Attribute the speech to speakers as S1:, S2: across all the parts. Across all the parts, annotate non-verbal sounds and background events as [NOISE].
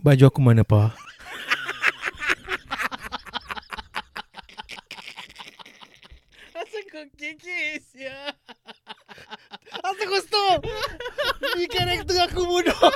S1: baju aku mana,
S2: [LAUGHS]
S1: Pa?
S2: Asal kau kikis
S1: [LAUGHS]
S2: ya. Asal kau stop. Ni karakter aku bodoh. [LAUGHS]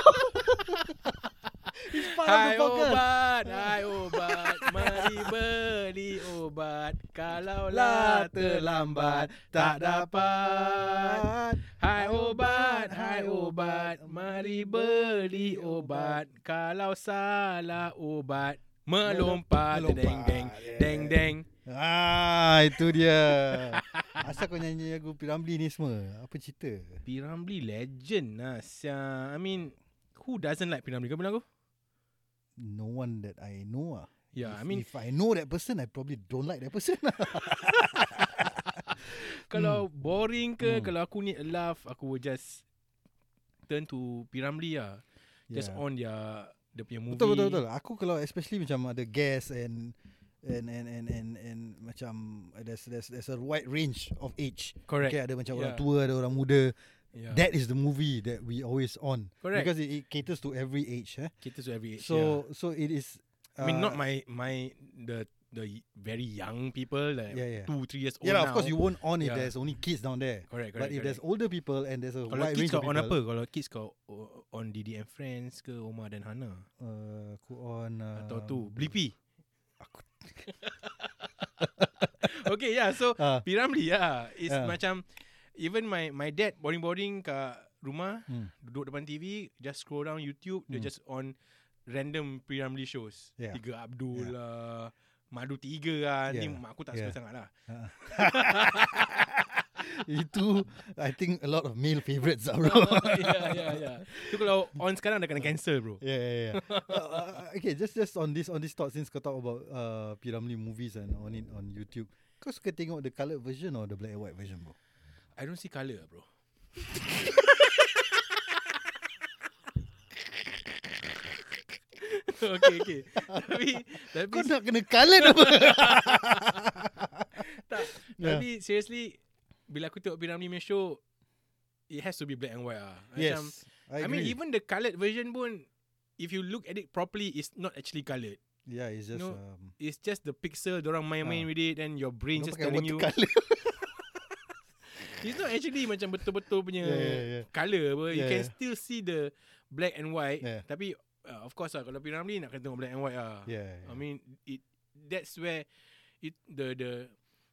S2: It's part of the
S1: Hai
S2: podcast.
S1: obat, hai obat, mari beli obat. Kalaulah terlambat, tak dapat. Hai obat, hai obat, mari beli obat. Kalau salah obat, melompat. Deng, deng, deng, deng.
S3: Ah, itu dia. [LAUGHS] Asal kau nyanyi lagu Piramli ni semua? Apa cerita?
S1: Piramli legend lah, sia. I mean, who doesn't like Piramli? Kau bilang aku?
S3: No one that I know. Ah.
S1: Yeah,
S3: if,
S1: Ya, I mean,
S3: if I know that person, I probably don't like that person. [LAUGHS]
S1: Kalau hmm. boring ke
S3: Hmm.
S1: hmm. Kalau aku need a laugh Aku will just Turn to Piramli lah yeah. Just on their Dia punya movie
S3: Betul betul betul. Aku kalau especially macam ada guest and and and and and, and macam there's there's there's a wide range of age.
S1: Correct
S3: Okay,
S1: Ya,
S3: ada macam yeah. orang
S1: Yeah.
S3: tua, ada orang muda.
S1: yeah.
S3: Yeah. That is the movie that we always on
S1: Correct Because
S3: because it, it caters to every age. Eh?
S1: Kita to every age
S3: So uh, so it is.
S1: yeah. I mean not my My The the very young people like
S3: Yeah, yeah.
S1: two three years old
S3: Yeah, lah, of
S1: now.
S3: course you won't on if yeah.
S1: Yeah.
S3: there's only kids down there.
S1: correct
S3: Correct,
S1: correct
S3: But if
S1: correct.
S3: there's older people and there's a
S1: kalau
S3: wide
S1: kids
S3: range
S1: kau
S3: of
S1: on
S3: people,
S1: apa kalau kids kau o- on DD and Friends ke Omar dan Hana
S3: Uh, aku on uh,
S1: atau tu Blippi
S3: Aku-
S1: [LAUGHS] okay yeah
S3: [LAUGHS]
S1: so
S3: Ah,
S1: Piramli ya. It's
S3: Ya.
S1: macam even my my dad boring-boring kat rumah,
S3: Hmm.
S1: hmm. duduk depan TV, just scroll down YouTube, hmm. dia
S3: Hmm.
S1: just on random Piramli shows.
S3: Ya.
S1: Yeah. Tiga Abdul yeah. lah, Madu Tiga lah. Yeah. Ni
S3: Ya.
S1: mak aku tak yeah.
S3: Ya.
S1: suka sangat lah. [LAUGHS]
S3: itu I think a lot of male favorites
S1: [LAUGHS]
S3: lah bro.
S1: ya, ya, ya. Tu kalau on sekarang dah kena cancel bro.
S3: Yeah, yeah,
S1: [LAUGHS]
S3: yeah. uh, uh, okay, just just on this on this thought since kau talk about uh, Piramli movies and on it on YouTube. Kau suka tengok the coloured version or the black and white version, bro?
S1: I don't see colour bro. [LAUGHS] okay, okay. tapi, tapi
S3: Kau nak kena coloured [LAUGHS] apa?
S1: [LAUGHS] tak.
S3: Yeah.
S1: Yeah. Tapi seriously bila aku tengok Piramli punya show it has to be black and white ah.
S3: yes. I,
S1: I, I
S3: agree.
S1: mean even the coloured version pun if you look at it properly it's not actually coloured.
S3: yeah, it's just
S1: No,
S3: um,
S1: It's just the pixel orang main-main
S3: Ah.
S1: with it and your brain
S3: dorang
S1: just
S3: pakai
S1: telling you.
S3: watercolour.
S1: [LAUGHS] It's not actually macam betul-betul punya
S3: [LAUGHS] yeah, yeah, yeah.
S1: colour apa. You
S3: Yeah,
S1: can
S3: yeah.
S1: still see the black and white
S3: Yeah.
S1: tapi uh, of course lah kalau Piramli nak kena tengok black and white ah.
S3: Yeah.
S1: I mean it that's where it the the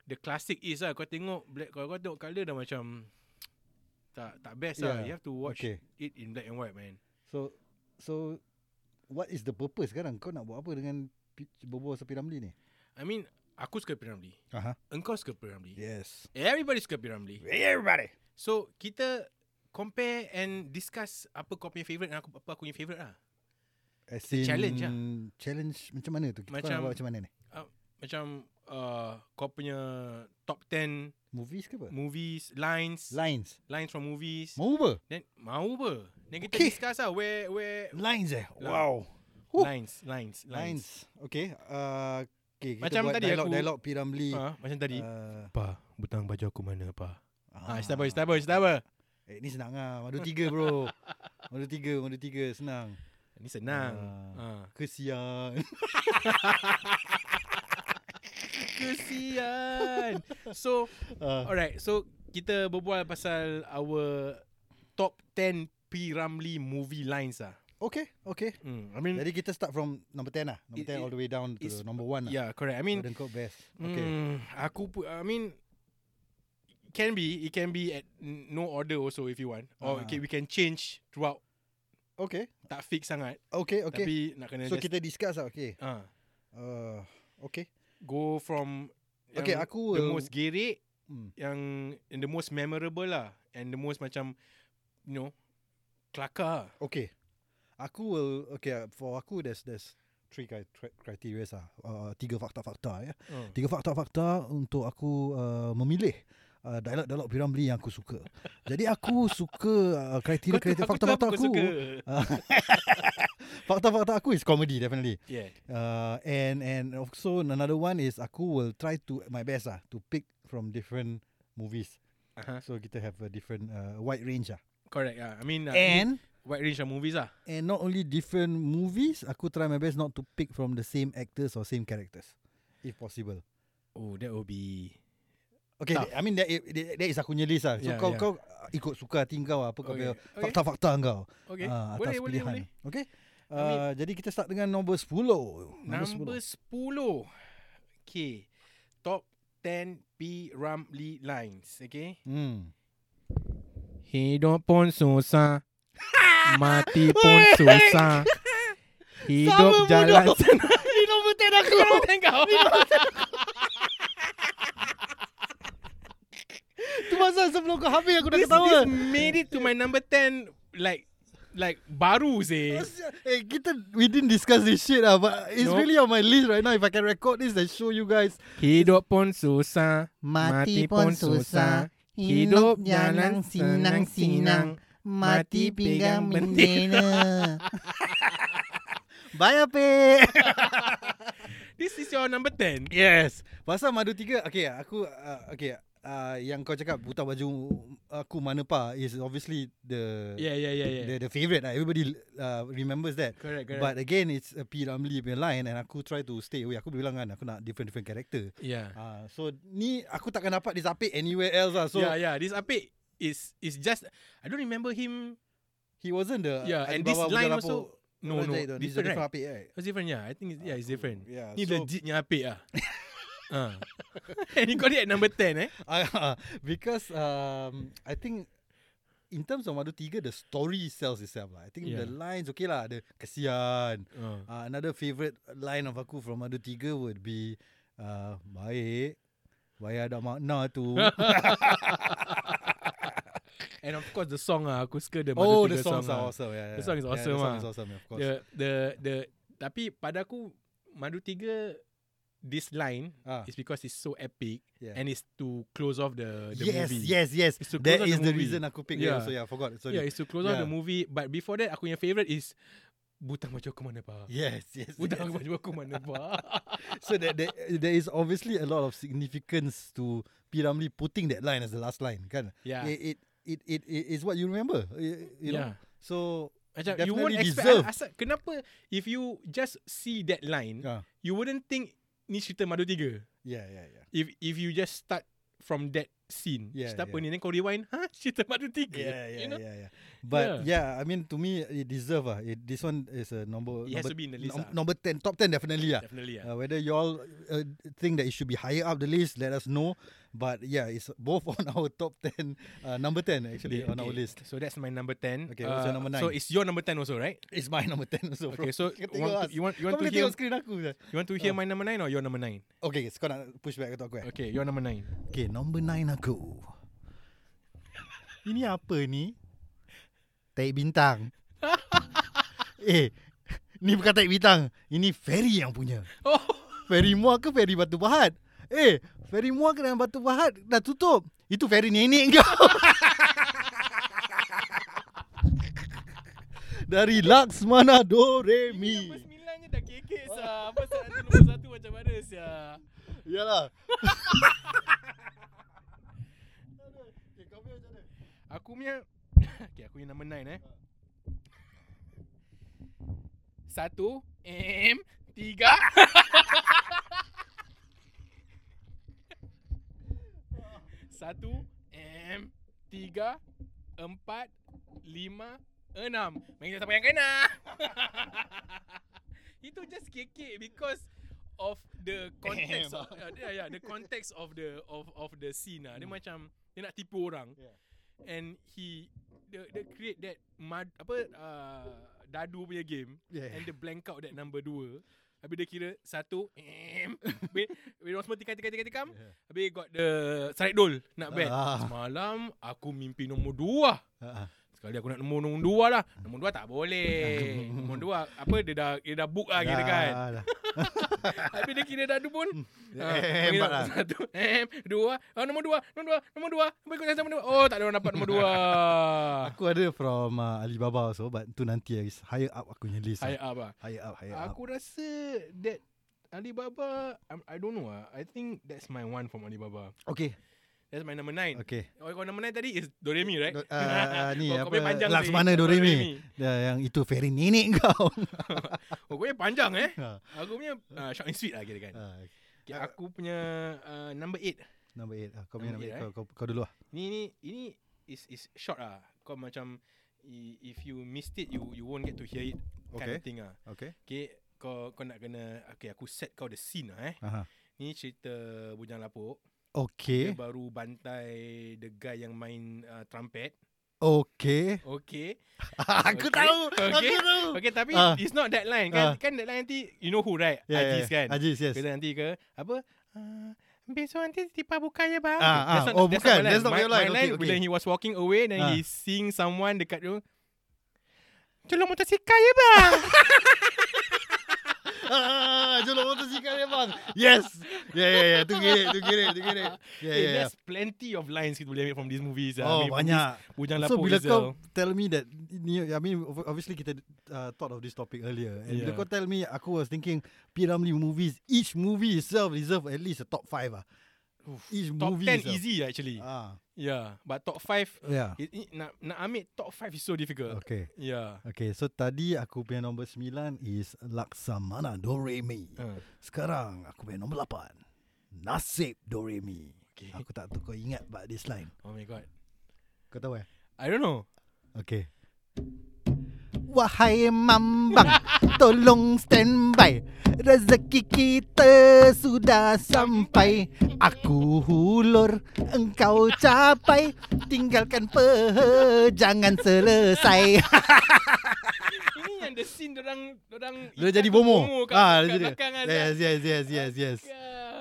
S1: the classic is lah. Kau tengok black kalau kau tengok color dah macam tak tak best yeah. lah.
S3: Yeah.
S1: You have to watch okay.
S3: Okay.
S1: it in black and white man.
S3: So so what is the purpose sekarang? Kau nak buat apa dengan pi- Bobo pasal Piramli ni?
S1: I mean aku suka Piramli.
S3: Aha.
S1: Engkau suka Piramli.
S3: Yes.
S1: Everybody suka Piramli.
S3: Everybody.
S1: So kita compare and discuss apa kau punya favorite dan aku apa aku punya favorite lah.
S3: As in,
S1: a challenge lah.
S3: Challenge macam mana tu? Kita macam, nak
S1: Macam-
S3: buat macam mana ni?
S1: Macam uh, kau punya top 10
S3: Movies ke apa?
S1: movies, lines,
S3: Lines.
S1: lines from movies.
S3: Mau apa?
S1: Then mau apa? Then kita
S3: Okay.
S1: discuss lah where where
S3: Lines eh.
S1: Line.
S3: Wow. Huh.
S1: lines, lines, Lah, lines.
S3: Lines. Okay. Uh, okay. Kita
S1: Macam
S3: buat
S1: tadi
S3: dialog,
S1: aku-
S3: dialog Piramli.
S1: Ha, macam tadi. Uh,
S3: Uh,
S1: pa, butang baju aku mana, pa?
S3: ah,
S1: Ha, istaba, istaba, istaba.
S3: Eh, ni senang ah. Madu tiga
S1: [LAUGHS]
S3: bro. madu tiga, madu tiga senang.
S1: Ni senang. Ha.
S3: Ah. Kesian.
S1: Kesian. so,
S3: Ah,
S1: alright. So, kita berbual pasal our top 10 P. Ramlee movie lines ah.
S3: okay, okay.
S1: Hmm. I mean,
S3: Jadi kita start from number 10 lah. Number
S1: It-
S3: 10
S1: it-
S3: all the way down to
S1: it's-
S3: number 1 lah.
S1: yeah, correct. I
S3: I mean,
S1: mean, hmm.
S3: Golden Code best. Okay.
S1: okay. aku pu- I mean, can be, it can be at n- no order also if you want. Or
S3: Ah.
S1: okay, we can change throughout.
S3: Okay.
S1: Tak fix sangat.
S3: Okay, okay.
S1: Tapi nak kena
S3: so
S1: just,
S3: kita discuss lah, okay.
S1: ah,
S3: Uh, okay.
S1: go from
S3: Okay,
S1: yang
S3: aku
S1: the
S3: will-
S1: most gerik
S3: Hmm.
S1: yang and the most memorable lah and the most macam you know kelakar
S3: Okay. Aku will okay for aku there's there's three cri- cri- criteria lah. Uh, tiga fakta-fakta ya.
S1: Oh.
S3: Tiga fakta-fakta untuk aku uh, memilih uh, dialog-dialog Piramli yang aku suka. Jadi aku suka uh, kriteria-kriteria fakta-fakta aku. Uh, fakta-fakta aku is comedy definitely.
S1: Yeah.
S3: Uh, and and also another one is aku will try to my best lah to pick from different movies.
S1: Uh-huh.
S3: So kita have a different uh, wide range lah.
S1: Correct. Yeah. I mean, uh,
S3: And
S1: wide range of movies lah.
S3: and not only different movies, aku try my best not to pick from the same actors or same characters, if possible.
S1: Oh, that will be.
S3: Okay,
S1: Tough.
S3: I mean that, i- that, that is aku punya list lah. So
S1: Yeah,
S3: kau
S1: yeah.
S3: kau uh, ikut suka hati kau lah, apa kau
S1: Okay,
S3: punya
S1: okay.
S3: fakta-fakta kau.
S1: Okay.
S3: Ah,
S1: Uh,
S3: atas
S1: boleh, boleh,
S3: pilihan.
S1: boleh.
S3: Okay. Uh,
S1: mean-
S3: jadi kita start dengan nombor 10.
S1: Number 10. Okay. Top 10 P. Ramlee lines.
S3: 10.
S1: Okay.
S3: Hmm.
S1: [LAUGHS] Hidup pun [LAUGHS] susah. Mati pun susah. Hidup
S2: Sama
S1: jalan
S2: bodoh.
S1: [LAUGHS] senang.
S2: Ini nombor 10
S3: [LAUGHS]
S2: aku.
S1: Kau.
S2: Tu pasal sebelum kau habis aku dah
S1: This,
S2: ketawa.
S1: this made it to my number 10 like like baru sih.
S3: Hey, Eh, kita we didn't discuss this shit lah, but it's
S1: Nope.
S3: really on my list right now. If I can record this and show you guys,
S1: Hidup pun susah, mati, pun susah. Hidup jalan sinang-sinang, mati pinggang
S2: bendera.
S3: bye ape.
S1: [LAUGHS]
S3: [LAUGHS]
S1: This is your number 10.
S3: yes. Pasal madu tiga, okay, aku uh, okay. Uh, yang kau cakap buta baju aku mana pa is obviously the
S1: Yeah, yeah, yeah, yeah.
S3: the, the favorite. Lah. Everybody uh, remembers that.
S1: Correct, correct.
S3: But again, it's a P Ramlee punya line and aku try to stay away. Aku bilang kan, aku nak different-different character.
S1: yeah.
S3: Ah, so ni aku takkan dapat disapit anywhere else lah. So
S1: yeah, yeah. This Apik is is just I don't remember him.
S3: he wasn't the
S1: Yeah,
S3: Ali
S1: and this
S3: Baba
S1: line
S3: Bujalapo-
S1: also no
S3: Bujalapo-
S1: no
S3: He's a
S1: different, right?
S3: different apik, right?
S1: It's different. Yeah, I think it's, yeah, it's different.
S3: Yeah, Ah,
S1: Ni
S3: so-
S1: legitnya Apik
S3: [LAUGHS]
S1: ah. Ah. [LAUGHS] And you got it at number 10 eh?
S3: Ah, [LAUGHS] because um, I think in terms of Madu Tiga, the story sells itself lah. I think the
S1: Yeah.
S3: lines okay lah. The kesian.
S1: Uh.
S3: Uh, another favorite line of aku from Madu Tiga would be uh, baik. Baik ada makna tu.
S1: [LAUGHS] And of course the song ah aku suka the
S3: oh,
S1: Madu
S3: the
S1: Tiga
S3: songs
S1: song,
S3: are
S1: ah.
S3: awesome. Yeah, yeah.
S1: The song is
S3: Yeah,
S1: awesome
S3: the song
S1: ah.
S3: is awesome, yeah, of course.
S1: The the the tapi pada aku Madu Tiga this line
S3: Ah.
S1: is because it's so epic
S3: Yeah.
S1: and it's to close off the the
S3: yes,
S1: movie.
S3: yes, yes.
S1: It's to
S3: That
S1: close
S3: is
S1: out
S3: the,
S1: the movie.
S3: reason aku pick yeah.
S1: Yeah.
S3: So yeah, I forgot. Sorry.
S1: Yeah, it's to close off
S3: Yeah.
S1: the movie. But before that, aku yang favorite is Butang Baju Aku Mana Pak.
S3: Yes, yes.
S1: Butang
S3: yes.
S1: Baju Aku Mana Pak.
S3: so that, that there is obviously a lot of significance to P Ramlee putting that line as the last line, kan?
S1: [LAUGHS] Yeah.
S3: It, it it it it is what you remember. You, you know.
S1: yeah.
S3: So
S1: Macam you
S3: definitely
S1: won't expect
S3: deserve.
S1: asal, Kenapa If you just see that line
S3: Ah.
S1: You wouldn't think Ni cerita Madu Tiga
S3: yeah, yeah, yeah.
S1: If if you just start From that scene
S3: Yeah,
S1: Cerita apa
S3: yeah.
S1: ni Then kau rewind [LAUGHS] Ha cerita Madu Tiga
S3: Yeah, yeah,
S1: You know
S3: yeah, yeah. But yeah. I mean, to me, it deserve ah. It, this one is a number.
S1: It has
S3: number,
S1: to be in the list
S3: num-
S1: ah.
S3: number ten, top ten definitely ah.
S1: Definitely yeah.
S3: Uh, whether y'all uh, think that it should be higher up the list, let us know. But yeah, it's both [LAUGHS] on our top ten, uh, number ten actually on our list.
S1: So that's my number 10
S3: Okay, what's your number nine?
S1: So it's your number 10 also right
S3: It's my [LAUGHS] number ten also. bro.
S1: Okay so
S3: Kau
S1: you want, to, you want, you want
S3: Kau
S1: to
S3: boleh
S1: hear
S3: tengok screen aku je.
S1: You want
S3: Oh.
S1: to hear my number 9 Or your number 9
S3: Okay, okay, so kau nak push back atau aku eh?
S1: Okay your number 9 [LAUGHS]
S3: Okay, number nine aku. Ini apa ni? Taik bintang. [LAUGHS] eh, ni bukan taik bintang. Ini Ferry yang punya.
S1: Oh
S3: Ferry Muar ke Ferry Batu Pahat? Eh, Ferry Muar ke dengan Batu Pahat dah tutup. Itu Ferry nenek kau. [LAUGHS] Dari Laksmana Doremi.
S1: Nombor sembilan je dah [LAUGHS] kekek sah Pasal tu nombor satu macam mana sah
S3: Yalah. Eh,
S1: Aku punya [LAUGHS] Okay aku punya nombor nine eh Satu M Tiga Satu M Tiga Empat Lima Enam Main kita siapa yang kena [LAUGHS] Itu just kekek because of the context of, uh, yeah, yeah, the context of the of of the scene lah. Dia macam dia nak tipu orang.
S3: Yeah.
S1: And he the the create that mad, apa uh, dadu punya game
S3: Yeah.
S1: and the blank out that number 2. Habis dia kira satu em. Habis Habis orang semua tikam tikam tikam tikam
S3: Yeah.
S1: Habis got the Sarik Dol Nak bet
S3: Ah.
S1: Semalam Aku mimpi nombor dua
S3: Ah, ah.
S1: Sekali aku nak nombor nombor dua lah Nombor dua tak boleh Nombor dua Apa dia dah Dia dah book lah kira kan
S3: Dah.
S1: Habis dia kira dah ada pun [LAUGHS] ha,
S4: Eh,
S1: panggil
S4: empat lah.
S1: Satu eh, Dua ah, Nombor dua Nombor dua Nombor dua Apa ikut saya nombor dua Oh tak ada orang dapat nombor dua
S3: Aku ada from uh, Alibaba also but tu nanti lagi higher up aku punya list. Higher,
S1: Saya ah, apa
S3: higher up, higher up.
S1: Aku rasa That Alibaba I'm- I don't know ah. I think that's my one from Alibaba
S3: Okay,
S1: That's my number nine
S3: okay.
S1: Oh, kau nombor nine tadi is Doremi, right?
S3: Do, uh, ni
S1: [LAUGHS] Kau- kau punya
S3: apa
S1: panjang
S3: Laksmana
S1: tadi.
S3: Doremi. Dah yang itu fairy nenek [LAUGHS] kau.
S1: Oh, kau punya panjang eh.
S3: Ha.
S1: Aku punya uh, short and sweet lah kira kan.
S3: Ah,
S1: Okay, aku punya uh, number eight.
S3: number 8. Kau punya number 8
S1: Number eight, eh?
S3: kau, kau, kau dulu lah.
S1: Ini ini ini is is short lah. Kau macam i- if you missed it you you won't get to hear it kind
S3: Okay.
S1: of thing ah.
S3: Okay.
S1: Okay, kau kau nak kena okay aku set kau the scene lah eh.
S3: Aha.
S1: Ni cerita Bujang Lapuk.
S3: Okay.
S1: Dia baru bantai the guy yang main uh, trumpet.
S3: Okay. [LAUGHS]
S1: Okay.
S4: Aku tahu.
S1: Okay.
S4: Aku tahu.
S1: Okay, tapi
S3: Ah.
S1: it's not that line
S3: Ah.
S1: kan. Kan that line nanti you know who right? Ajis kan.
S3: Ajis, yes. [LAUGHS]
S1: Kata nanti ke Apa uh, Besok nanti tipa buka ya
S3: Ah,
S1: bang
S3: ah.
S1: That's not-
S3: Oh,
S1: that's
S3: bukan.
S1: my
S3: That's not
S1: my,
S3: your line. Okay,
S1: My line
S3: okay.
S1: Bila he was walking away Then
S3: Ah.
S1: he seeing someone Dekat tu Tolong motosikal ya bang
S4: Ah, Jolok motosikal ya bang. Yes. Ya ya ya. Tu kiri, tu kiri, tu kiri. Ya
S1: yeah,
S4: ya ya.
S1: There's plenty of lines Kita boleh ambil from these movies
S3: Oh,
S1: ah. Eh, Ambil from
S3: banyak.
S1: this Bujang
S3: So
S1: Lapuk
S3: bila
S1: is a-
S3: kau tell me that ni, I mean ob- obviously kita uh, thought of this topic earlier and yeah. bila
S1: Yeah.
S3: kau tell me aku was thinking P Ramlee movies each movie itself deserve at least a top 5 ah. Each
S1: Top
S3: movie
S1: 10
S3: itself.
S1: easy actually
S3: Ah,
S1: Yeah But top 5
S3: yeah.
S1: it, it, nak, nak ambil top 5 is so difficult
S3: Okay.
S1: Yeah
S3: Okay, so tadi aku punya nombor 9 is Laksamana Doremi.
S1: uh.
S3: Sekarang aku punya nombor 8. Nasib Doremi.
S1: Okay.
S3: Aku tak tahu kau ingat about this line.
S1: Oh my god
S3: Kau tahu eh?
S1: I don't know
S3: Okay. Wahai mambang, [LAUGHS] tolong stand by. Rezeki kita sudah sampai. Aku hulur, engkau capai. Tinggalkan pejangan selesai.
S1: [LAUGHS] Ini yang the scene Dorang Dorang
S3: [LAUGHS] Dia jadi bomo. Ah, dia jadi.
S1: kan.
S3: Yes, yes, yes, yes, yes.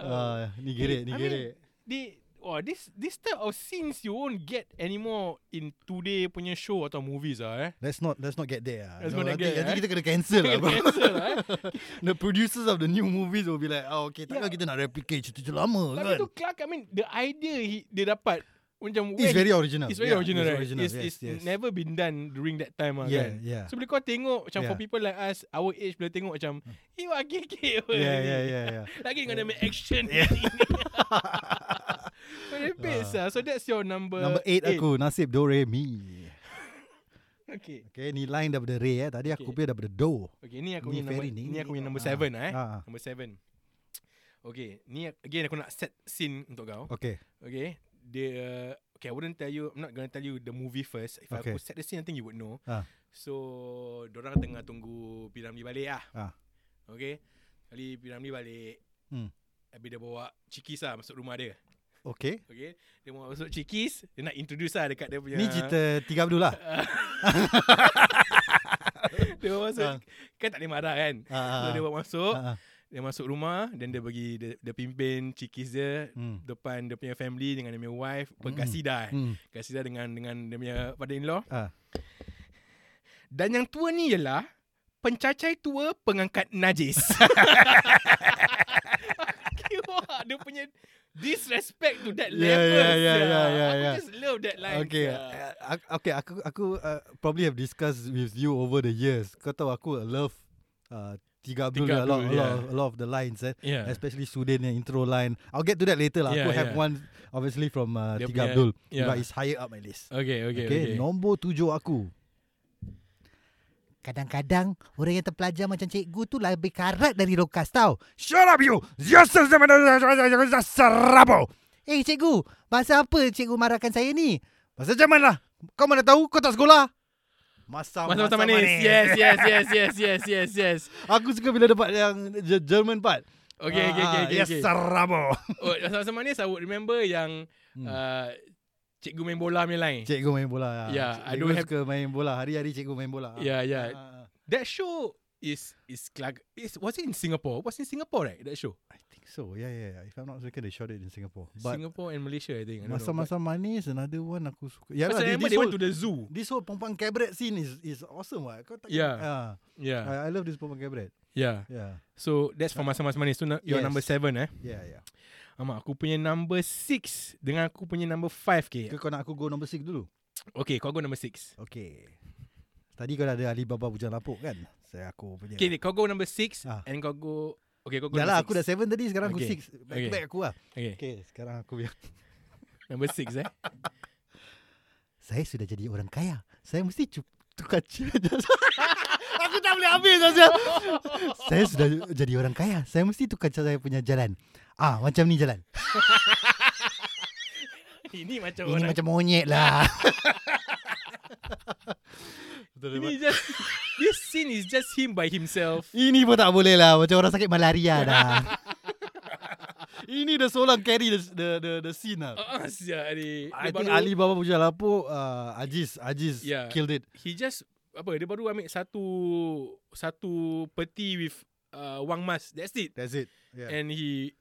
S3: Ah, ni gerik, ni
S1: I mean-
S3: gerik.
S1: They Oh, this this type of scenes you won't get anymore in today punya show atau movies ah eh.
S3: Let's not let's not get there. ah.
S1: Let's
S3: No,
S1: not
S3: nanti,
S1: get there,
S3: nanti
S1: eh.
S3: kita kena cancel lah. bro.
S1: Cancel lah eh.
S3: [LAUGHS] The producers of the new movies will be like, oh okay, takkan
S1: Yeah.
S3: kita nak replicate cerita lama
S1: Tapi
S3: kan?
S1: tu Clark, I mean, the idea he, dia dapat macam
S3: It's
S1: where
S3: very original.
S1: he, it's very
S3: Yeah,
S1: original, right?
S3: original,
S1: It's, it's never been done during that time ah
S3: Yeah,
S1: kan.
S3: yeah.
S1: So bila kau tengok macam
S3: Yeah.
S1: for
S3: Hmm.
S1: people like us, our age bila tengok macam, "Eh, wah kekek." weh
S3: Yeah,
S1: ni."
S3: yeah, yeah, yeah.
S1: Lagi dengan
S3: [LAUGHS]
S1: yeah. action. [LAUGHS] so repeats ah. So that's your number
S3: Number 8 aku, Nasib Do Re Mi.
S1: Okay.
S3: Okay, ni line daripada Re eh. Tadi aku
S1: Okay.
S3: punya daripada Do.
S1: Okay, ni aku
S3: Ni
S1: punya number,
S3: Ferry ni.
S1: ni, ni aku punya number
S3: Ah,
S1: 7 lah eh.
S3: ah.
S1: Number 7. Okay, ni again aku nak set scene untuk kau.
S3: Okay.
S1: Okay, dia okay, I wouldn't tell you, I'm not gonna tell you the movie first. If
S3: Okay.
S1: okay. aku set the scene, I think you would know.
S3: Ah.
S1: So, dorang tengah tunggu Piramli balik lah.
S3: Ah.
S1: Okay, kali Piramli balik,
S3: Hmm.
S1: Habis dia bawa Cikis lah masuk rumah dia.
S3: Okay.
S1: Okay, dia bawa masuk Cikis, dia nak introduce lah dekat dia punya...
S3: Ni cerita tiga Abdul lah.
S1: [LAUGHS] Dia bawa masuk,
S3: Ah.
S1: kan tak boleh marah kan? So,
S3: Ah,
S1: dia
S3: ah,
S1: bawa masuk,
S3: ah, ah.
S1: Dia masuk rumah Dan dia bagi Dia, dia pimpin Cikis dia
S3: Hmm.
S1: Depan dia punya family Dengan dia punya wife
S3: Mm.
S1: mm. Kasidah eh.
S3: Hmm.
S1: Kasidah dengan Dengan dia punya father-in-law
S3: Ah.
S1: Dan yang tua ni ialah Pencacai tua Pengangkat
S3: [LAUGHS]
S1: najis Okay, wah, Dia punya Disrespect to that
S3: Yeah, yeah,
S1: level
S3: yeah,
S1: sia.
S3: yeah, yeah,
S1: Aku
S3: yeah.
S1: just love that line
S3: ya, Okay,
S1: sia.
S3: uh, ak- okay, aku aku uh, probably have discussed with you over the years. Kau tahu aku love uh, Tiga Abdul a
S1: Tiga
S3: lot, a
S1: Abdul,
S3: lot,
S1: yeah.
S3: a lot of the lines, eh?
S1: Yeah
S3: especially Sudin yang intro line. I'll get to that later lah. aku
S1: Yeah,
S3: have
S1: yeah.
S3: one obviously from uh,
S1: Dia
S3: Tiga
S1: punya-
S3: Abdul,
S1: yeah.
S3: but it's higher up my list.
S1: Okay okay
S3: Okay, nombor tujuh aku.
S2: Kadang-kadang orang yang terpelajar macam cikgu tu lebih karat dari rokas tau.
S3: Shut up you! Yes, serabo.
S2: Eh cikgu, pasal apa cikgu marahkan saya ni?
S3: Masa zaman lah. Kau mana tahu kau tak sekolah? Masa
S1: Masa-masa manis. Yes yes yes yes yes yes yes
S3: Aku suka bila dapat yang Ge- German part.
S1: Okay okay
S3: Ah,
S1: okay, okay,
S3: Yes,
S1: okay.
S3: serabo.
S1: Oh, masa-masa manis I would remember yang
S3: Hmm.
S1: hmm. uh, cikgu main bola punya line.
S3: Cikgu main bola.
S1: Yeah,
S3: cikgu
S1: Ya, I don't have- Ya,
S3: suka main bola. Hari-hari cikgu main bola.
S1: yeah, yeah.
S3: Ah, ah, ah.
S1: That show is is like is was it in Singapore? Was in Singapore right? That show.
S3: I think think so. Yeah, yeah, yeah. If I'm not mistaken, they shot it in Singapore. But
S1: Singapore and Malaysia, I think. I don't know,
S3: masa-masa manis, another one aku suka.
S1: but-
S3: Yeah,
S1: Pasal
S3: lah,
S1: remember
S3: this,
S1: they went
S3: whole,
S1: to the zoo.
S3: this whole Pompang Cabaret scene is is awesome. What? Kau tak
S1: Yeah.
S3: Ah,
S1: Yeah,
S3: I, I love this Pompang Cabaret.
S1: yeah.
S3: Yeah,
S1: So that's for masa-masa manis. So na- your
S3: Yes.
S1: number seven eh.
S3: yeah, yeah.
S1: Amak, aku punya number six dengan aku punya number five ke.
S3: Ke kau nak aku go number 6 dulu?
S1: Okay, kau go number six.
S3: Okay. Tadi kau dah ada Alibaba Bujang Lapuk kan? Saya aku punya.
S1: Okay, kau go number six
S3: Ah.
S1: and kau go... Okay, kau go
S3: Dah lah, aku dah
S1: number
S3: 7 tadi, sekarang aku
S1: Okay.
S3: 6. Back
S1: Okay.
S3: okay. back aku lah.
S1: Okay,
S3: Okay, sekarang aku biar.
S1: number six eh.
S2: Saya sudah jadi orang kaya. Saya mesti cu- tukar [LAUGHS] cerita.
S4: Aku tak boleh habis Azia.
S2: saya sudah jadi orang kaya. Saya mesti tukar saya punya jalan. Ah, macam ni jalan.
S1: [LAUGHS] Ini macam
S2: Ini
S1: orang...
S2: macam monyet
S3: [LAUGHS]
S2: lah.
S1: [LAUGHS] Ini just... This scene is just him by himself.
S2: Ini pun tak boleh lah. Macam orang sakit malaria [LAUGHS] dah.
S4: Ini dah seorang carry the the the, the scene lah.
S1: [LAUGHS] Ah, siap ni.
S3: I
S1: Dia
S3: think
S1: baru-
S3: Alibaba Bujang Lapuk, uh, Aziz, Aziz yeah.
S1: Yeah.
S3: killed it.
S1: he just apa dia baru ambil satu satu peti with uh, wang mas that's it
S3: That's it. Yeah.
S1: and he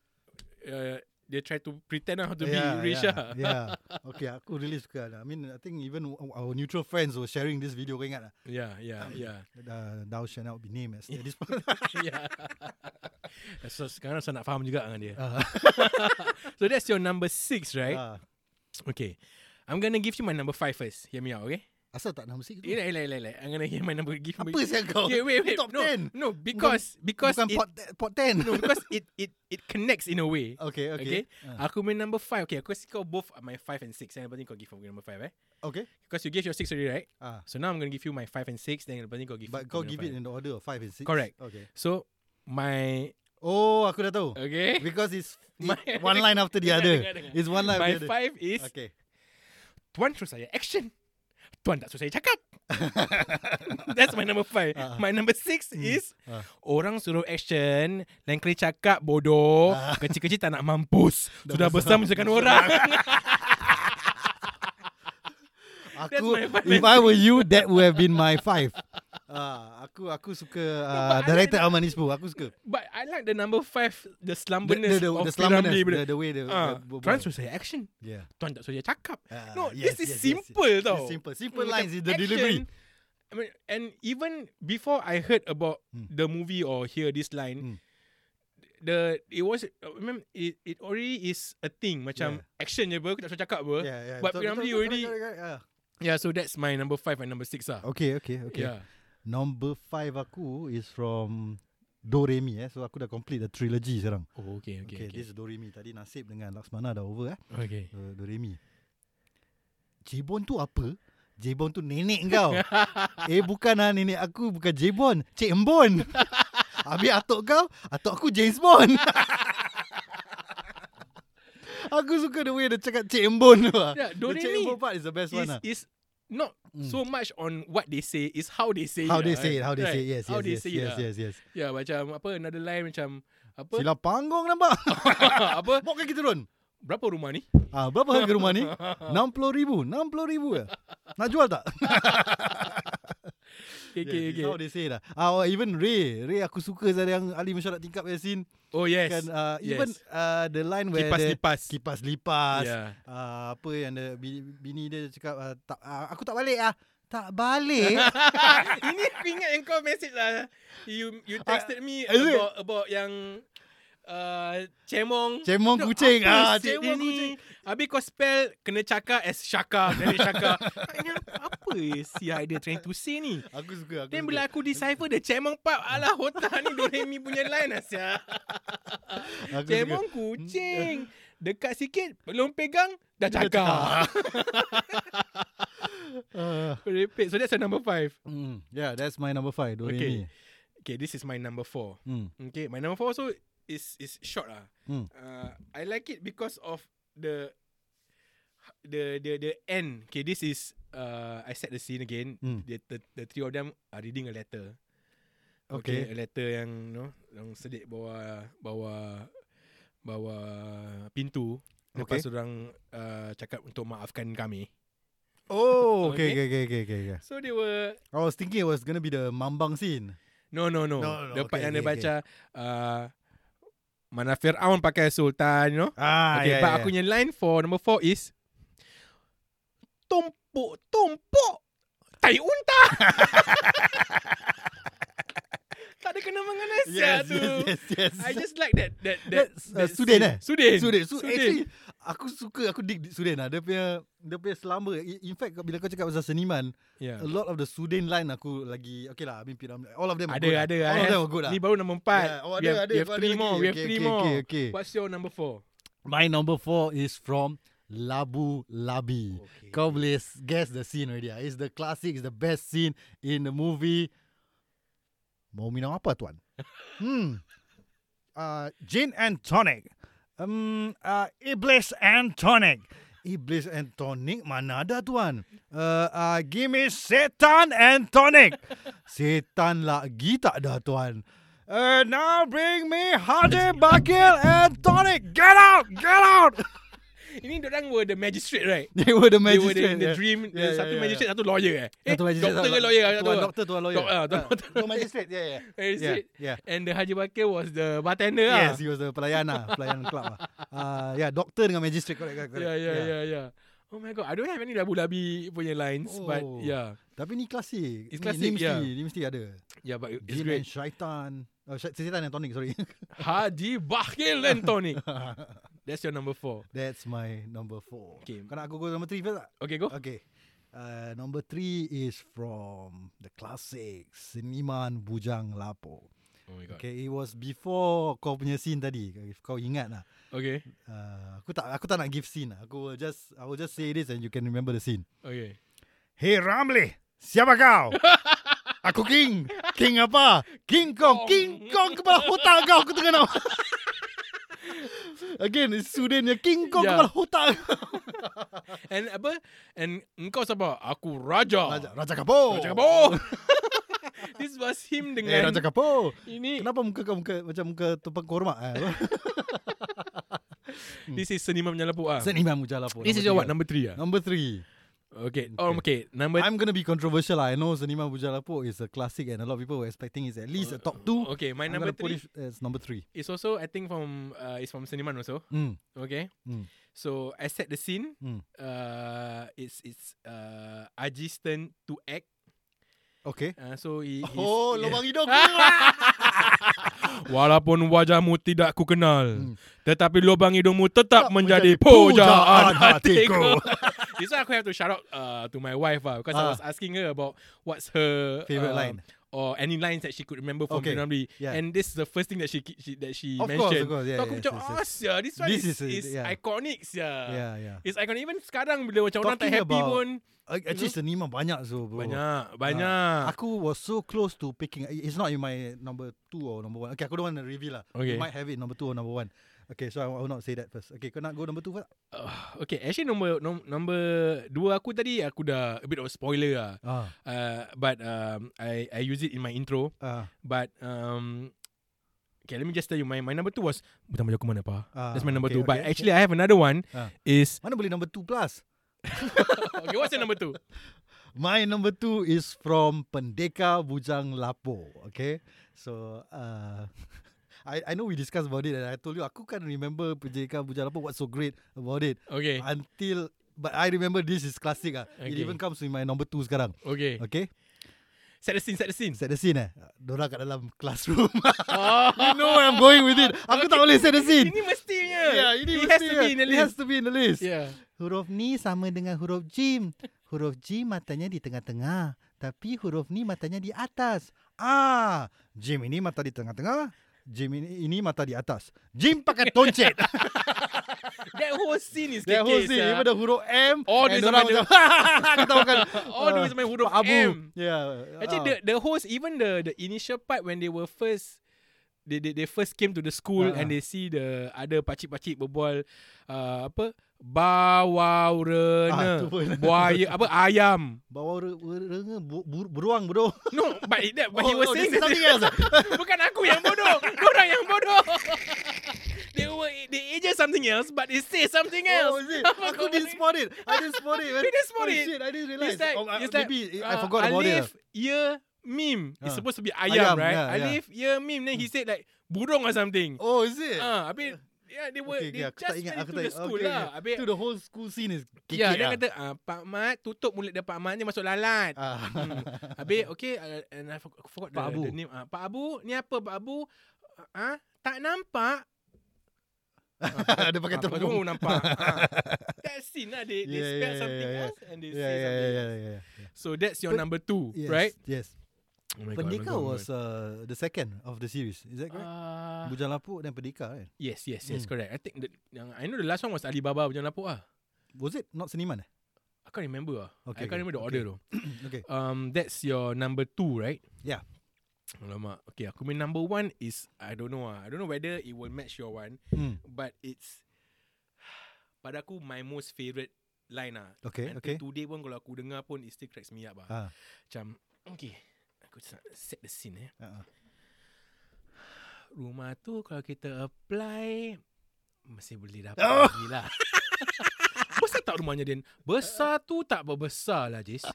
S1: uh, they try to pretend lah how to
S3: yeah,
S1: be rich
S3: yeah,
S1: yeah.
S3: yeah. Okay, aku really suka. lah. I mean, I think even our neutral friends were sharing this video. Kau ingat lah.
S1: yeah yeah [LAUGHS] yeah
S3: Uh, thou shall not be named
S1: [LAUGHS]
S3: as at this point.
S1: yeah [LAUGHS] so sekarang saya nak faham juga dengan dia
S3: Ah.
S1: so that's your number six right
S3: Ah.
S1: okay I'm gonna give you my number five first hear me out okay
S3: Asal tak nama sikit tu?
S1: Elak, elak, elak, elak. I'm gonna hear my number give
S3: Apa
S1: me
S3: sih kau?
S1: okay, wait wait
S3: Top
S1: no
S3: 10.
S1: no because because
S3: Bukan
S1: it,
S3: pot, te- pot 10.
S1: no because it it it connects in a way
S3: [LAUGHS] Okay, okay. Ah,
S1: Okay. Aku main number 5. Okay, aku kasi kau both my 5 and 6. Then lepas ni kau give aku number 5 eh.
S3: Okay.
S1: Because you gave your 6 already, right?
S3: Ah.
S1: So now I'm going to give you my 5 and 6. Then lepas ni kau give
S3: But
S1: aku
S3: kau
S1: punya
S3: give
S1: five.
S3: it in the order of 5 and 6.
S1: Correct.
S3: Okay.
S1: So, my...
S3: Oh, aku dah tahu.
S1: Okay?
S3: Because it's
S1: [LAUGHS] My-
S3: it, one line after the
S1: [LAUGHS] Dengar,
S3: other.
S1: dengar, dengar.
S3: It's one line
S1: my
S3: after the other.
S1: 5 is... Okay.
S3: Okay.
S1: Tuan suruh saya action. Tuan tak suruh saya
S3: [LAUGHS]
S1: cakap. That's my number 5.
S3: Ah.
S1: My number 6 is...
S3: Ah.
S1: Orang suruh action. Lain kali cakap bodoh.
S3: Ah. [LAUGHS]
S1: Kecil-kecil tak nak mampus. Sudah besar menyusahkan orang.
S3: Aku
S1: my five
S3: if
S1: and
S3: I were you that would have been my five. [LAUGHS] Ah, aku aku suka uh,
S1: but I
S3: director Amanis Poo. Aku suka.
S1: But I like the number 5. The
S3: The the
S1: slumberness
S3: the,
S1: of
S3: the,
S1: P. Ramlee.
S3: slumberness,
S1: benda.
S3: the, the way the,
S1: Ah,
S3: the
S1: Tuan suruh saya action.
S3: Yeah.
S1: Tuan tak suruh dia cakap.
S3: Ah,
S1: no,
S3: yes,
S1: this
S3: yes, yes,
S1: is simple
S3: yes.
S1: tau.
S3: It's simple. Simple
S1: Macam
S3: lines is the
S1: action.
S3: delivery.
S1: I mean, and even before I heard about
S3: Hmm.
S1: the movie or hear this line,
S3: Hmm.
S1: the it was I mean, it it already is a thing macam action je apa, aku tak suruh cakap apa. Yeah.
S3: Yeah, yeah.
S1: But
S3: betul,
S1: P.
S3: betul,
S1: Ramlee
S3: betul,
S1: already-
S3: correct, correct, correct, ah.
S1: so that's my number 5 and number 6 lah.
S3: Okay, okay, okay.
S1: Yeah.
S3: Number five aku is from Do Re Mi eh. So aku dah complete the trilogy sekarang.
S1: Oh, okay,
S3: Okay,
S1: okay, okay.
S3: this is Do Re Mi. Tadi Nasib dengan Laksmana dah over eh.
S1: okay.
S3: Do, Do Re Mi. Jebon tu apa? Jebon tu nenek
S1: [LAUGHS]
S3: kau. eh bukan ah nenek aku bukan Jebon, Cik Embon.
S1: [LAUGHS]
S3: Habis atuk kau, atuk aku James Bond. aku suka the way dia cakap Cik Embon tu.
S1: [LAUGHS]
S3: ah.
S1: Yeah,
S3: the
S1: Do Re
S3: Cik
S1: Mi
S3: Embon part is the best one lah.
S1: Is is not
S3: Mm.
S1: so much on what they say, is how they say
S3: How
S1: it
S3: they
S1: lah,
S3: say it,
S1: right?
S3: how they say it.
S1: Right.
S3: Yes,
S1: how they
S3: yes, yes,
S1: say it
S3: yes,
S1: lah.
S3: yes, yes.
S1: Yeah, macam apa another line macam apa?
S3: Sila panggung nampak.
S1: [LAUGHS] apa?
S3: Bawa kaki turun.
S1: Berapa rumah ni?
S3: Ah, berapa harga rumah
S1: [LAUGHS]
S3: ni? RM60,000. RM60,000 ya. Nak jual tak?
S1: Okay, okay,
S3: yes,
S1: okay.
S3: It's how they say lah. Ah, or even Ray. Ray aku suka saya yang Ali Mesyuarat Tingkap Yasin.
S1: Oh yes.
S3: Kan, uh,
S1: yes.
S3: Even uh, the line where
S1: kipas
S3: the,
S1: kipas.
S3: Kipas lipas.
S1: Yeah.
S3: Uh, apa yang the, bini, bini dia cakap, uh, tak, uh, aku tak balik ah. Tak
S1: [LAUGHS]
S3: balik?
S1: [LAUGHS] Ini aku ingat yang kau message lah. You you texted me
S3: Ah, is it?
S1: about about yang uh, cemong.
S3: Cemong
S1: No,
S3: kucing. Ah,
S1: apa
S3: cik
S1: cemong
S3: ini.
S1: kucing. Habis kau spell kena cakap as Shaka dari
S3: [LAUGHS]
S1: Shaka. Tanya, apa si idea trying to say ni?
S3: Aku suka. Aku
S1: Then
S3: suka.
S1: bila aku decipher the cemong pap ala hotak ni Doremi punya line lah sia.
S3: aku suka.
S1: Cemong kucing. Dekat sikit belum pegang dah [LAUGHS] cakap.
S3: [LAUGHS] Ah,
S1: Repeat. So that's your number five.
S3: mm, yeah, that's my number five. Doremi.
S1: Okay. Okay, this is my number four.
S3: Mm.
S1: Okay, my number four also is is short lah.
S3: Hmm.
S1: Uh, I like it because of the the the the end. Okay, this is uh I set the scene again.
S3: Hmm.
S1: The, the the three of them are reading a letter.
S3: Okay.
S1: a letter yang you know, yang sedik bawa bawa bawa pintu. Lepas
S3: Okay.
S1: orang uh, cakap untuk maafkan kami.
S3: Oh,
S1: Okay.
S3: okay, okay, okay, okay, okay. okay.
S1: So they were
S3: I was thinking it was gonna be the mambang scene.
S1: No, no, no.
S3: No, no,
S1: the part
S3: okay,
S1: yang dia
S3: okay,
S1: baca uh, Mana Fir'aun pakai Sultan, you know.
S3: Ah,
S1: okay,
S3: yeah,
S1: but
S3: yeah.
S1: aku punya line for number four is Tumpuk, tumpuk Tai unta [LAUGHS] Tak ada kena mengena
S3: yes,
S1: yes, tu
S3: yes, yes, yes.
S1: I just like that that that,
S3: That's, uh, Sudin, eh?
S1: scene. Sudin
S3: Sudin. So, actually, aku suka, aku dig Sudin lah. Dia punya, dia punya selama. In in fact, bila kau cakap pasal seniman, a
S1: yeah.
S3: lot of the Sudin line aku lagi, okay lah, I mean, Piram- all of them are
S1: Ada
S3: good. lah.
S1: ada
S3: All
S1: eh.
S3: of them are good lah.
S1: Ni baru nombor empat
S3: Yeah, oh,
S1: We
S3: ada,
S1: have,
S3: ada,
S1: we have
S3: kau ada
S1: three
S3: lagi.
S1: more We have
S3: Okay,
S1: three
S3: okay,
S1: more
S3: okay, okay.
S1: What's your number four?
S5: My number four is from Labu Labi.
S1: Okay.
S5: Kau boleh s- guess the scene already. ah. It's the classic, it's the best scene in the movie.
S3: Mau minum apa, [LAUGHS] Tuan?
S5: Hmm. Uh, gin and tonic. Um, uh, Iblis and tonic. Iblis and tonic mana ada tuan? Uh, uh, give me setan and
S3: [LAUGHS]
S5: tonic. setan lagi tak ada tuan. Uh, now bring me Hadi Bakil and tonic. Get out, get out.
S1: Ini orang were the magistrate right?
S3: [LAUGHS] They were the
S1: They were the,
S3: magistrate. yeah.
S1: the dream
S3: Yeah,
S1: the
S3: yeah,
S1: Satu
S3: yeah.
S1: magistrate Satu lawyer eh Eh,
S3: Satu magistrate,
S1: Doktor
S3: satu-
S1: ke lawyer Eh, aku
S3: Tuan
S1: tak tahu.
S3: doktor, tuan lawyer.
S1: Dok- ah, tuan
S3: Ah,
S1: doktor.
S3: tuan magistrate, ya. yeah, yeah. Yeah,
S1: [LAUGHS] Magistrate
S3: yeah.
S1: And the Haji Bakir was the bartender lah.
S3: Yes, he was the pelayan lah, pelayan club lah. Uh, yeah, doktor dengan magistrate, correct, correct. correct. Ya.
S1: Yeah, yeah, yeah, yeah. Oh my god, I don't have any Labu Labi punya lines, oh. but
S3: Oh.
S1: yeah,
S3: Tapi ni klasik.
S1: It's
S3: Ni-
S1: klasik,
S3: ni, mesti,
S1: yeah.
S3: ni mesti ada.
S1: yeah, but it's
S3: Jin and
S1: great.
S3: Syaitan. Oh, Sy- Syaitan and Tonic, sorry. [LAUGHS]
S1: Haji Bakir and Tony. [LAUGHS] That's your number four.
S3: That's my number four.
S1: Okay. Oh.
S3: Kau nak aku go number three first tak?
S1: Okay, go.
S3: Okay. Uh, number three is from the classic Seniman Bujang Lapo.
S1: Oh my god. Okay.
S3: Okay, it was before kau punya scene tadi. If kau ingat lah.
S1: Okay.
S3: Uh, aku tak aku tak nak give scene lah. Aku will just I will just say this and you can remember the scene.
S1: okay.
S5: Hey Ramli, siapa kau?
S3: [LAUGHS] Aku king. King apa? King Kong. King Kong kepala otak kau aku tengah nak. [LAUGHS] Again, it's Sudan ya. King Kong
S1: Yeah.
S3: kepala otak.
S1: And apa? And engkau siapa? Aku Raja.
S3: Raja, Raja Kapo.
S1: Oh. Raja Kabur. [LAUGHS] This was him
S3: Eh,
S1: dengan
S3: Raja Kapo.
S1: ini.
S3: Kenapa muka kau muka macam muka tumpeng kurma? Eh?
S1: This is Seniman Menyalapu ah.
S3: Seniman Mujalapo.
S1: This is your what? Number three ah.
S3: Number three.
S1: Okay. Oh, okay. Number.
S3: I'm gonna be controversial. lah. I know Seniman Mujalapo is a classic and a lot of people were expecting it's at least a top two.
S1: Okay, my
S3: I'm
S1: number
S3: gonna put
S1: three
S3: it as number three.
S1: is also I think from uh, is from Seniman also.
S3: Mm.
S1: Okay.
S3: Mm.
S1: So I set the scene.
S3: Mm.
S1: Uh, it's it's uh, Aji's turn to act.
S3: Okay.
S1: Uh, so he,
S3: [LAUGHS]
S1: he's- [LAUGHS]
S3: Oh,
S1: yeah.
S3: lubang hidung.
S1: Walaupun wajahmu tidak ku kenal,
S3: Hmm.
S1: tetapi lubang hidungmu tetap
S3: Tetap
S1: menjadi
S3: menjadi
S1: pujaan
S3: pujaan [LAUGHS]
S1: hatiku.
S3: hatiku.
S1: This one aku have to shout out uh, to my wife uh, because I
S3: Ah.
S1: was asking her about what's her
S3: Favorite
S1: um,
S3: line.
S1: or any lines that she could remember from
S3: Okay.
S1: Bin Ramlee.
S3: Yeah.
S1: And this is the first thing that she, she that she
S3: Of course, of
S1: mentioned.
S3: course. Yeah,
S1: so aku
S3: yeah,
S1: macam,
S3: yes,
S1: ah,
S3: yes.
S1: sia, this one
S3: This
S1: is,
S3: is a-
S1: is
S3: yeah.
S1: iconic, sia.
S3: Yeah, yeah.
S1: It's iconic even sekarang bila macam orang tak
S3: Talking
S1: happy
S3: about- Ah.
S1: pun
S3: Uh, Actually, Seniman banyak so bro.
S1: banyak banyak.
S3: Aku was so close to picking. I- It's not in my number two or number one. Okay, aku don't want to reveal lah. You
S1: Okay.
S3: might have it number two or number one. Okay, so I, I will not say that first. Okay, kau nak go number two first?
S1: Uh, okay, actually nombor nom, number dua aku tadi aku dah a bit of spoiler lah.
S3: Ah,
S1: Uh, but um, I I use it in my intro.
S3: ah,
S1: But um, okay, let me just tell you my my number two was bukan baju aku mana pa.
S3: ah.
S1: That's my number
S3: okay,
S1: two. But
S3: okay.
S1: actually I have another one
S3: Ah. [LAUGHS]
S1: is
S3: mana boleh number two plus?
S1: okay. What's your number two?
S3: My number two is from Pendeka Bujang Lapo. Okay, so uh, [LAUGHS] I I know we discussed about it and I told you aku can't remember Pendeka Bujang Lapo what's so great about it
S1: Okay,
S3: until but I remember this is classic ah. It
S1: Okay.
S3: even comes in my number two sekarang.
S1: okay.
S3: Okay,
S1: Set the scene, set the scene.
S3: set the scene eh. Dorang kat dalam classroom.
S1: [LAUGHS] Oh,
S3: you know where I'm going with it. Aku tak boleh set the scene.
S1: ini mestinya.
S3: Yeah, ini mesti
S1: It has to be in the
S3: It has
S1: list. Ya.
S3: to be in the list.
S1: Yeah.
S5: Huruf ni sama dengan huruf jim. Huruf jim matanya di tengah-tengah, tapi huruf ni matanya di atas.
S3: Ah, Jim ini mata di tengah-tengah. Jim ini, ini mata di atas. Jim pakai
S1: [LAUGHS]
S3: toncet.
S1: That whole scene is
S3: That whole
S1: kekis,
S3: scene,
S1: ah.
S3: even the huruf M.
S1: All the
S3: and
S1: way Oh,
S3: orang
S1: sampai the-
S3: macam, kau tahu kan.
S1: [LAUGHS] All the way sampai huruf
S3: Pak Abu.
S1: M.
S3: Yeah.
S1: Actually,
S3: ah.
S1: the the host, even the the initial part when they were first, they they, they first came to the school
S3: Ah,
S1: and
S3: ah.
S1: they see the other pakcik-pakcik berbual uh, apa bawau
S3: Ah,
S1: rena
S3: tu pun.
S1: buaya apa ayam.
S3: Bawa re- re- renga bu- bu- beruang bodoh.
S1: No, but it- that, [LAUGHS] but he
S3: Oh,
S1: was
S3: oh,
S1: saying
S3: this is
S1: that-
S3: something else.
S1: [LAUGHS] bukan aku yang bodoh, orang yang bodoh. [LAUGHS] they were they agent something else, but they say something
S3: Oh,
S1: else. [LAUGHS]
S3: is it? Aku didn't spot it. I didn't spot it. man.
S1: You didn't spot
S3: Holy
S1: it.
S3: Shit, I didn't realize.
S1: It's like,
S3: oh, I-
S1: it's like
S3: maybe I
S1: uh,
S3: forgot about it.
S1: Alif, Ya, meme. It's
S3: Ah.
S1: supposed to be ayam,
S3: Ayam,
S1: right?
S3: yeah, Hmm. yeah.
S1: Alif, yeah. meme. Then he said like burung or something.
S3: Oh, is it?
S1: Ah, habis yeah, they were
S3: Okay, okay,
S1: they
S3: aku tak
S1: just
S3: ingat,
S1: went
S3: aku
S1: to
S3: tak
S1: the
S3: ingat.
S1: school
S3: Okay,
S1: lah.
S3: okay.
S1: Habis
S3: To the whole school scene is kekek
S1: Ya, dia
S3: lah.
S1: kata ah, Pak Mat tutup mulut dia Pak Mat ni masuk
S3: [LAUGHS]
S1: lalat.
S3: Ah.
S1: Hmm. Habis okay uh, and I forgot, forgot
S3: Pak
S1: the,
S3: Abu.
S1: the name. Ah, Pak Abu, ni apa Pak Abu? Ah, tak
S3: [LAUGHS]
S1: nampak. Ah,
S3: Dia pakai
S1: Ah, pakai
S3: terpung.
S1: terpung nampak. Ah. That scene lah they, they
S3: Yeah,
S1: spell
S3: yeah,
S1: something
S3: yeah, yeah.
S1: else and they
S3: Yeah,
S1: say
S3: yeah,
S1: something.
S3: yeah, yeah, yeah.
S1: So that's your
S3: But-
S1: number two,
S3: ya, Yes,
S1: right?
S3: Yes.
S1: Oh my God,
S3: Pendeka
S1: my God, my
S3: was uh, the second of the series. Is that
S1: God.
S3: correct?
S1: Ah,
S3: Bujang Lapuk dan Pendeka, right?
S1: yes, yes, yes,
S3: Hmm.
S1: correct. I think the, yang I know the last one was Alibaba punya lapuk ah.
S3: Was it not Seniman? eh?
S1: I can't remember ah.
S3: Okay,
S1: I
S3: okay,
S1: can't remember the
S3: okay.
S1: order though.
S3: okay.
S1: Um, that's your number two, right?
S3: Yeah.
S1: Alamak. Okay, aku punya number one is I don't know ah. I don't know whether it will match your one,
S3: Hmm.
S1: but it's [SIGHS] pada aku my most favourite line ah.
S3: Okay,
S1: Until
S3: okay.
S1: Today pun kalau aku dengar pun it still cracks me up ah.
S3: Ah,
S1: Macam okay, aku just nak set the scene eh.
S3: ah, ah.
S1: Rumah tu kalau kita apply masih boleh dapat
S3: Oh.
S1: lagi lah. [LAUGHS] Besar tak rumahnya Din? Besar tu tak berbesar lah Jis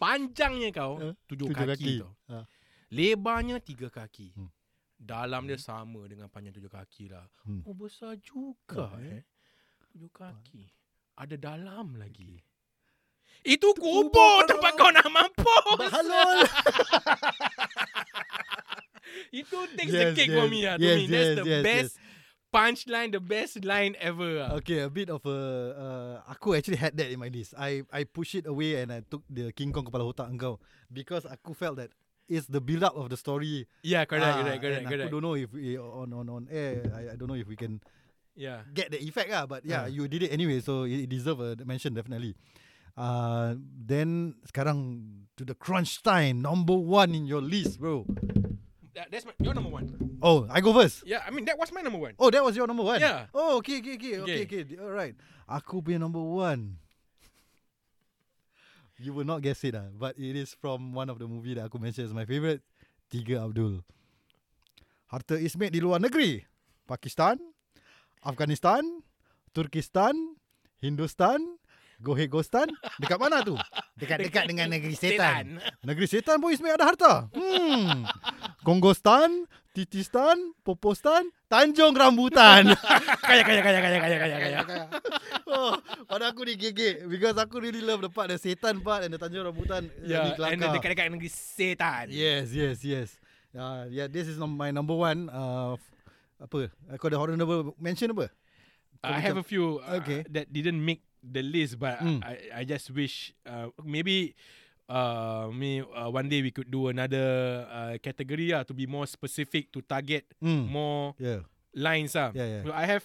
S1: Panjangnya kau
S3: Eh, tujuh
S1: Tujuh,
S3: kaki.
S1: kaki, kaki tau
S3: Ah.
S1: Lebarnya tiga kaki
S3: Hmm.
S1: Dalam dia sama dengan panjang tujuh kaki lah
S3: Hmm.
S1: Oh besar juga
S3: Oh,
S1: eh Tujuh kaki Ada dalam lagi Itu kubur tempat kau nak mampus
S3: Bahalol.
S1: Itu takes the
S3: Yes,
S1: cake
S3: yes.
S1: for me lah To
S3: Yes,
S1: me that's
S3: yes,
S1: the
S3: yes,
S1: best Punchline the best line ever lah
S3: [LAUGHS] Okay, a bit of a uh, aku actually had that in my list. I I push it away and I took the King Kong kepala otak engkau because aku felt that it's the build up of the story.
S1: Yeah correct
S3: Ah,
S1: correct correct
S3: and
S1: correct
S3: Aku don't know if we, on on on air I, I don't know if we can
S1: Yeah
S3: get the effect lah but yeah
S1: Ah.
S3: you did it anyway so it, it deserve a mention definitely. Uh, then sekarang to the crunch time number one in your list bro.
S1: That, that's my, your number one.
S3: Oh, I go first.
S1: Yeah, I mean that was my number one.
S3: Oh, that was your number one.
S1: Yeah.
S3: Oh, okay, okay, okay, okay,
S1: Okay.
S3: okay. All right. Aku punya number one. You will not guess it ah, but it is from one of the movie that aku mentioned as my favorite, Tiga Abdul. Harta is made di luar negeri. Pakistan, Afghanistan, Turkistan, Hindustan, Gohegostan. Dekat mana tu? Dekat-dekat dengan negeri setan. Negeri setan pun Ismail ada harta. Hmm. Kongostan, Titistan, Popostan, Tanjung Rambutan.
S1: [LAUGHS] kaya kaya kaya kaya kaya kaya kaya.
S3: [LAUGHS] oh, pada aku ni gegek because aku really love the part the setan part and the Tanjung Rambutan
S1: Yeah,
S3: di
S1: and the
S3: Kelakar.
S1: dekat-dekat negeri setan.
S3: Yes, yes, yes. Uh, yeah, this is my number one. Uh, f- apa? Aku ada horror number mention apa?
S1: I have a few uh,
S3: Okay.
S1: that didn't make the list, but
S3: Mm.
S1: I I just wish uh, maybe uh, me uh, one day we could do another uh, category uh, to be more specific to target
S3: Hmm.
S1: more
S3: Yeah.
S1: lines ah.
S3: Yeah, yeah.
S1: So I have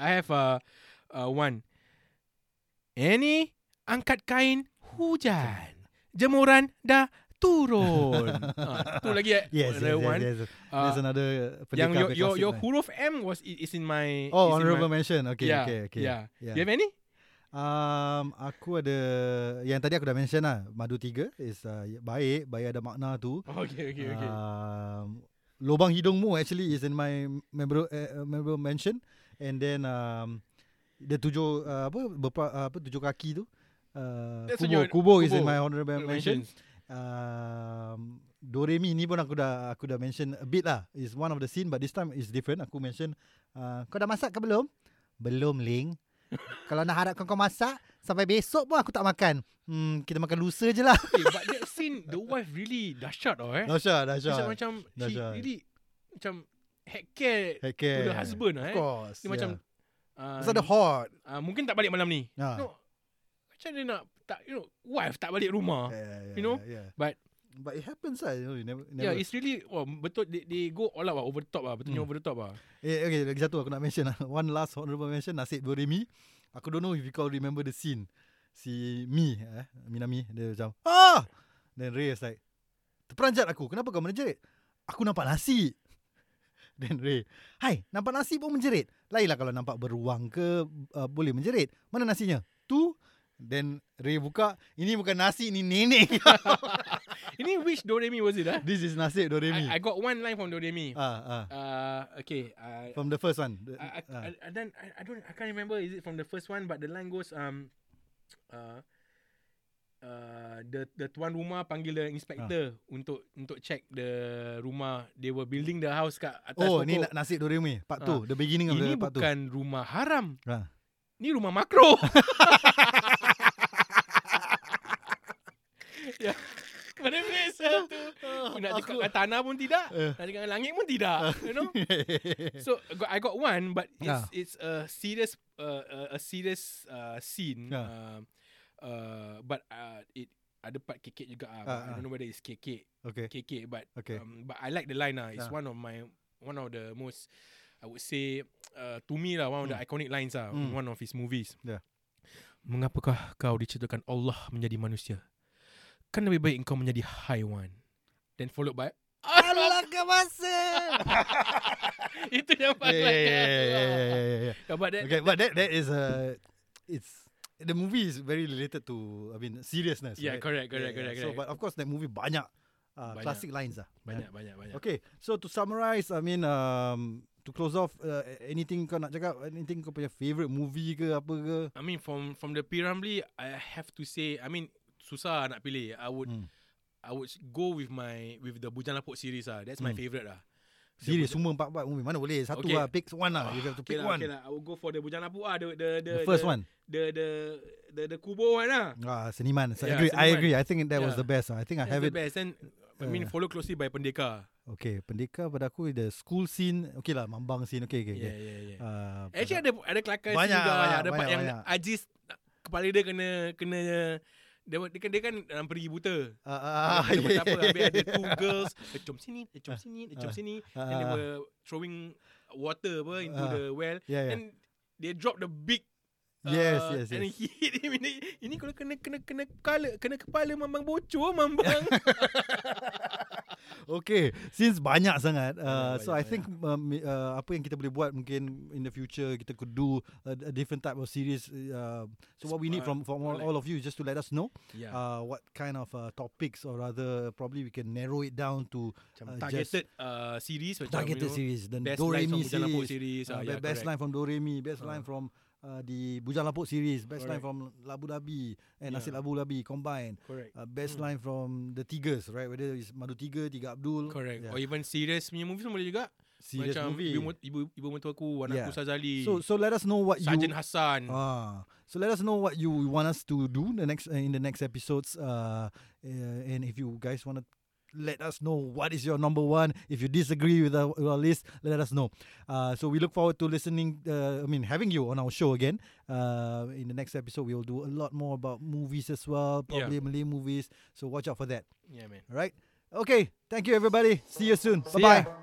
S1: I have uh, uh one. Any angkat kain hujan. Jemuran dah
S3: [LAUGHS]
S1: turun. ah, tu lagi eh.
S3: Yes, yes,
S1: another
S3: yes,
S1: one.
S3: yes.
S1: Ah,
S3: There's another pendekar
S1: yang
S3: punya
S1: your your,
S3: classic
S1: your
S3: lah.
S1: huruf M was i- is in my
S3: Oh,
S1: is in
S3: honorable
S1: my,
S3: mention. Okay,
S1: yeah,
S3: okay, okay.
S1: Yeah.
S3: Yeah.
S1: You have any?
S3: Um, aku ada yang tadi aku dah mention lah madu tiga is uh, baik, baik ada makna tu.
S1: Oh, [LAUGHS] okay, okay, okay.
S3: Um, lubang hidungmu actually is in my member uh, member mention and then um, the tujuh uh, apa berpa, uh, apa tujuh kaki tu. Uh,
S1: That's
S3: kubo,
S1: in your-
S3: kubo is in
S1: Kubo.
S3: my honorable
S1: Honorable
S3: mention. [LAUGHS]
S1: mentions.
S3: Um, Doremi ni pun aku dah aku dah mention a bit lah. Is one of the scene but this time is different. Aku mention uh, kau dah masak ke belum? Belum Ling. [LAUGHS] Kalau nak harapkan kau masak sampai besok pun aku tak makan. Hmm, kita makan lusa je lah.
S1: Okay, Eh, but that scene the wife really dahsyat oh eh.
S3: Dahsyat,
S1: Macam
S3: dahsyat.
S1: macam she
S3: Dahsyat.
S1: really macam heck care
S3: Heck
S1: to
S3: care.
S1: the husband ah
S3: Of
S1: eh.
S3: course.
S1: Dia macam
S3: yeah.
S1: uh,
S3: Pasal the hot.
S1: uh, mungkin tak balik malam ni.
S3: Ah.
S1: No. Macam dia nak tak you know wife tak balik rumah.
S3: Yeah, yeah,
S1: you know,
S3: yeah, yeah.
S1: but-
S3: but it happens lah. You know, you never,
S1: Yeah,
S3: never.
S1: it's really wah betul they, they go all out lah, over the top lah, betulnya
S3: Hmm.
S1: over the top lah.
S3: Eh, okay, lagi satu aku nak mention lah. [LAUGHS] One last honorable mention, Nasib Doremi. Aku don't know if you all remember the scene. Si Mi, eh, Minami, dia macam, ah! Then Ray is like, terperanjat aku. Kenapa kau menjerit? Aku nampak nasi. [LAUGHS] Then Ray, hai, nampak nasi pun menjerit. Lainlah kalau nampak beruang ke, uh, boleh menjerit. Mana nasinya? Tu. Then Ray buka, ini bukan nasi, ini nenek. [LAUGHS]
S1: Ini which Doremi was it ah?
S3: This is Nasib Doremi.
S1: I, I got one line from Doremi.
S3: Ah, ah.
S1: Uh, okay. Uh,
S3: From the first one. The,
S1: I, I,
S3: ah.
S1: I, I, don't, I, I don't I can't remember is it from the first one but the line goes um uh uh, the the tuan rumah panggil the inspector
S3: Ah.
S1: untuk untuk check the rumah they were building the house kat atas
S3: Oh,
S1: pokok.
S3: ni na- nasi Doremi. Part
S1: Ah.
S3: 2. The beginning of
S1: Ini
S3: the part 2.
S1: bukan rumah haram.
S3: Ha.
S1: Ni rumah
S3: [LAUGHS]
S1: makro. ya. Mana boleh satu. Nak cakap dengan tanah pun tidak.
S3: Eh. [LAUGHS]
S1: Nak cakap dengan langit pun tidak. You know. So I got, I got one but it's
S3: Ah.
S1: it's a serious uh, a- a serious uh, scene.
S3: Ah.
S1: Um, uh, but uh, it ada part kekek juga
S3: Ah,
S1: ah. I
S3: ah.
S1: don't know whether it's kekek
S3: okay.
S1: KK but
S3: Okay.
S1: um, but I like the line ah. It's
S3: Ah.
S1: one of my one of the most I would say uh, to me lah one of the iconic lines ah in
S3: Mm.
S1: one of his movies.
S3: Yeah.
S1: Mengapakah kau diciptakan Allah menjadi manusia? Kan lebih baik engkau menjadi haiwan. Then followed by [LAUGHS]
S3: Allah kawasan.
S1: itu yang
S3: yeah,
S1: paling
S3: yeah, yeah, yeah, yeah, yeah, yeah.
S1: yeah. But that,
S3: Okay, but that that is a it's the movie is very related to I mean seriousness.
S1: yeah,
S3: right?
S1: correct, correct,
S3: Yeah, yeah.
S1: correct,
S3: So,
S1: correct.
S3: but of course, that movie banyak, uh,
S1: Banyak.
S3: classic lines ah.
S1: banyak, banyak, banyak.
S3: Okay, so to summarize, I mean, um, to close off, uh, anything kau nak cakap, anything kau punya favorite movie ke apa ke?
S1: I mean from from the Piramli I have to say I mean susah lah nak pilih I would
S3: Hmm.
S1: I would go with my with the Bujang Lapuk series ah that's my
S3: Hmm.
S1: favorite lah The
S3: Series
S1: Bujang-
S3: semua empat empat movie mana boleh satu
S1: Okay.
S3: lah, pick one lah. You have to
S1: okay
S3: pick
S1: lah,
S3: one.
S1: okay lah I would go for the Bujang Lapuk ah the the the,
S3: The first
S1: the,
S3: one.
S1: the the the the Kubo one ah
S3: Ah, seniman. So, I
S1: Yeah,
S3: agree. I
S1: Seniman.
S3: agree. I think that was
S1: Yeah.
S3: the best. ah. I think I
S1: that's
S3: have
S1: the
S3: it.
S1: best and I mean
S3: Uh.
S1: follow closely by Pendeka
S3: Okay, pendekar pada aku the school scene. Okay lah, mambang scene. Okay, okay, okay.
S1: yeah yeah yeah
S3: Uh,
S1: actually ada ada kelakar
S3: Banyak,
S1: juga
S3: banyak,
S1: ada part
S3: banyak,
S1: yang
S3: banyak.
S1: Ajis kepala dia kena kena dia, dia kan dia kan dalam pergi buta
S3: uh,
S1: Ah,
S3: uh,
S1: yeah, yeah, apa, habis ada two girls Dia jom sini Dia jom sini Dia
S3: ya.
S1: jom
S3: Ah,
S1: sini
S3: ah,
S1: And they
S3: ah.
S1: were Throwing Water apa Into
S3: Ah,
S1: the well
S3: [LAUGHS] yeah, yeah.
S1: And they dropped the big uh,
S3: Yes, yes,
S1: And
S3: yes.
S1: he [LAUGHS] hit him in the- Ini kalau kena Kena kena kepala Kena kepala Mambang bocor
S3: [LAUGHS]
S1: Mambang
S3: Okay, since banyak sangat, uh,
S1: Banyak,
S3: so I
S1: banyak,
S3: think um, uh, apa yang kita boleh buat mungkin in the future kita could do a, a different type of series. Uh, so what we need from from all, all of you is just to let us know
S1: yeah.
S3: uh, what kind of uh, topics or rather probably we can narrow it down to
S1: Macam
S3: uh,
S1: targeted uh, series
S3: just
S1: macam,
S3: targeted
S1: you know,
S3: series, the
S1: Best line from
S3: Doremi
S1: Bujang Lapuk
S3: series,
S1: series
S3: uh,
S1: Ah,
S3: be-
S1: yeah,
S3: best
S1: correct.
S3: line from Doremi, best line from uh, the Bujang Lapuk series, best line
S1: Correct.
S3: from Labu Labi and
S1: Yeah. Hmm.
S3: Nasi Labu Labi combined.
S1: Correct
S3: Uh, best line from the Tigers, right? Whether it's Madu Tiga, Tiga Abdul.
S1: Correct
S3: Yeah.
S1: Or even serious punya movie pun boleh juga
S3: serious
S1: Macam
S3: movie.
S1: Ibu, ibu, ibu mentua aku Anak
S3: Yeah.
S1: aku Sazali
S3: so so let us know what
S1: Sarjan
S3: you
S1: Hassan
S3: ah so let us know what you want us to do the next uh, in the next episodes uh, uh and if you guys want to let us know what is your number one if you disagree with our, with our list let us know uh, so we look forward to listening uh, i mean having you on our show again uh, in the next episode we will do a lot more about movies as well
S1: Yeah.
S3: probably malay movies so watch out for that
S1: Yeah man
S3: all right okay thank you everybody see you soon
S1: See
S3: bye bye
S1: ya.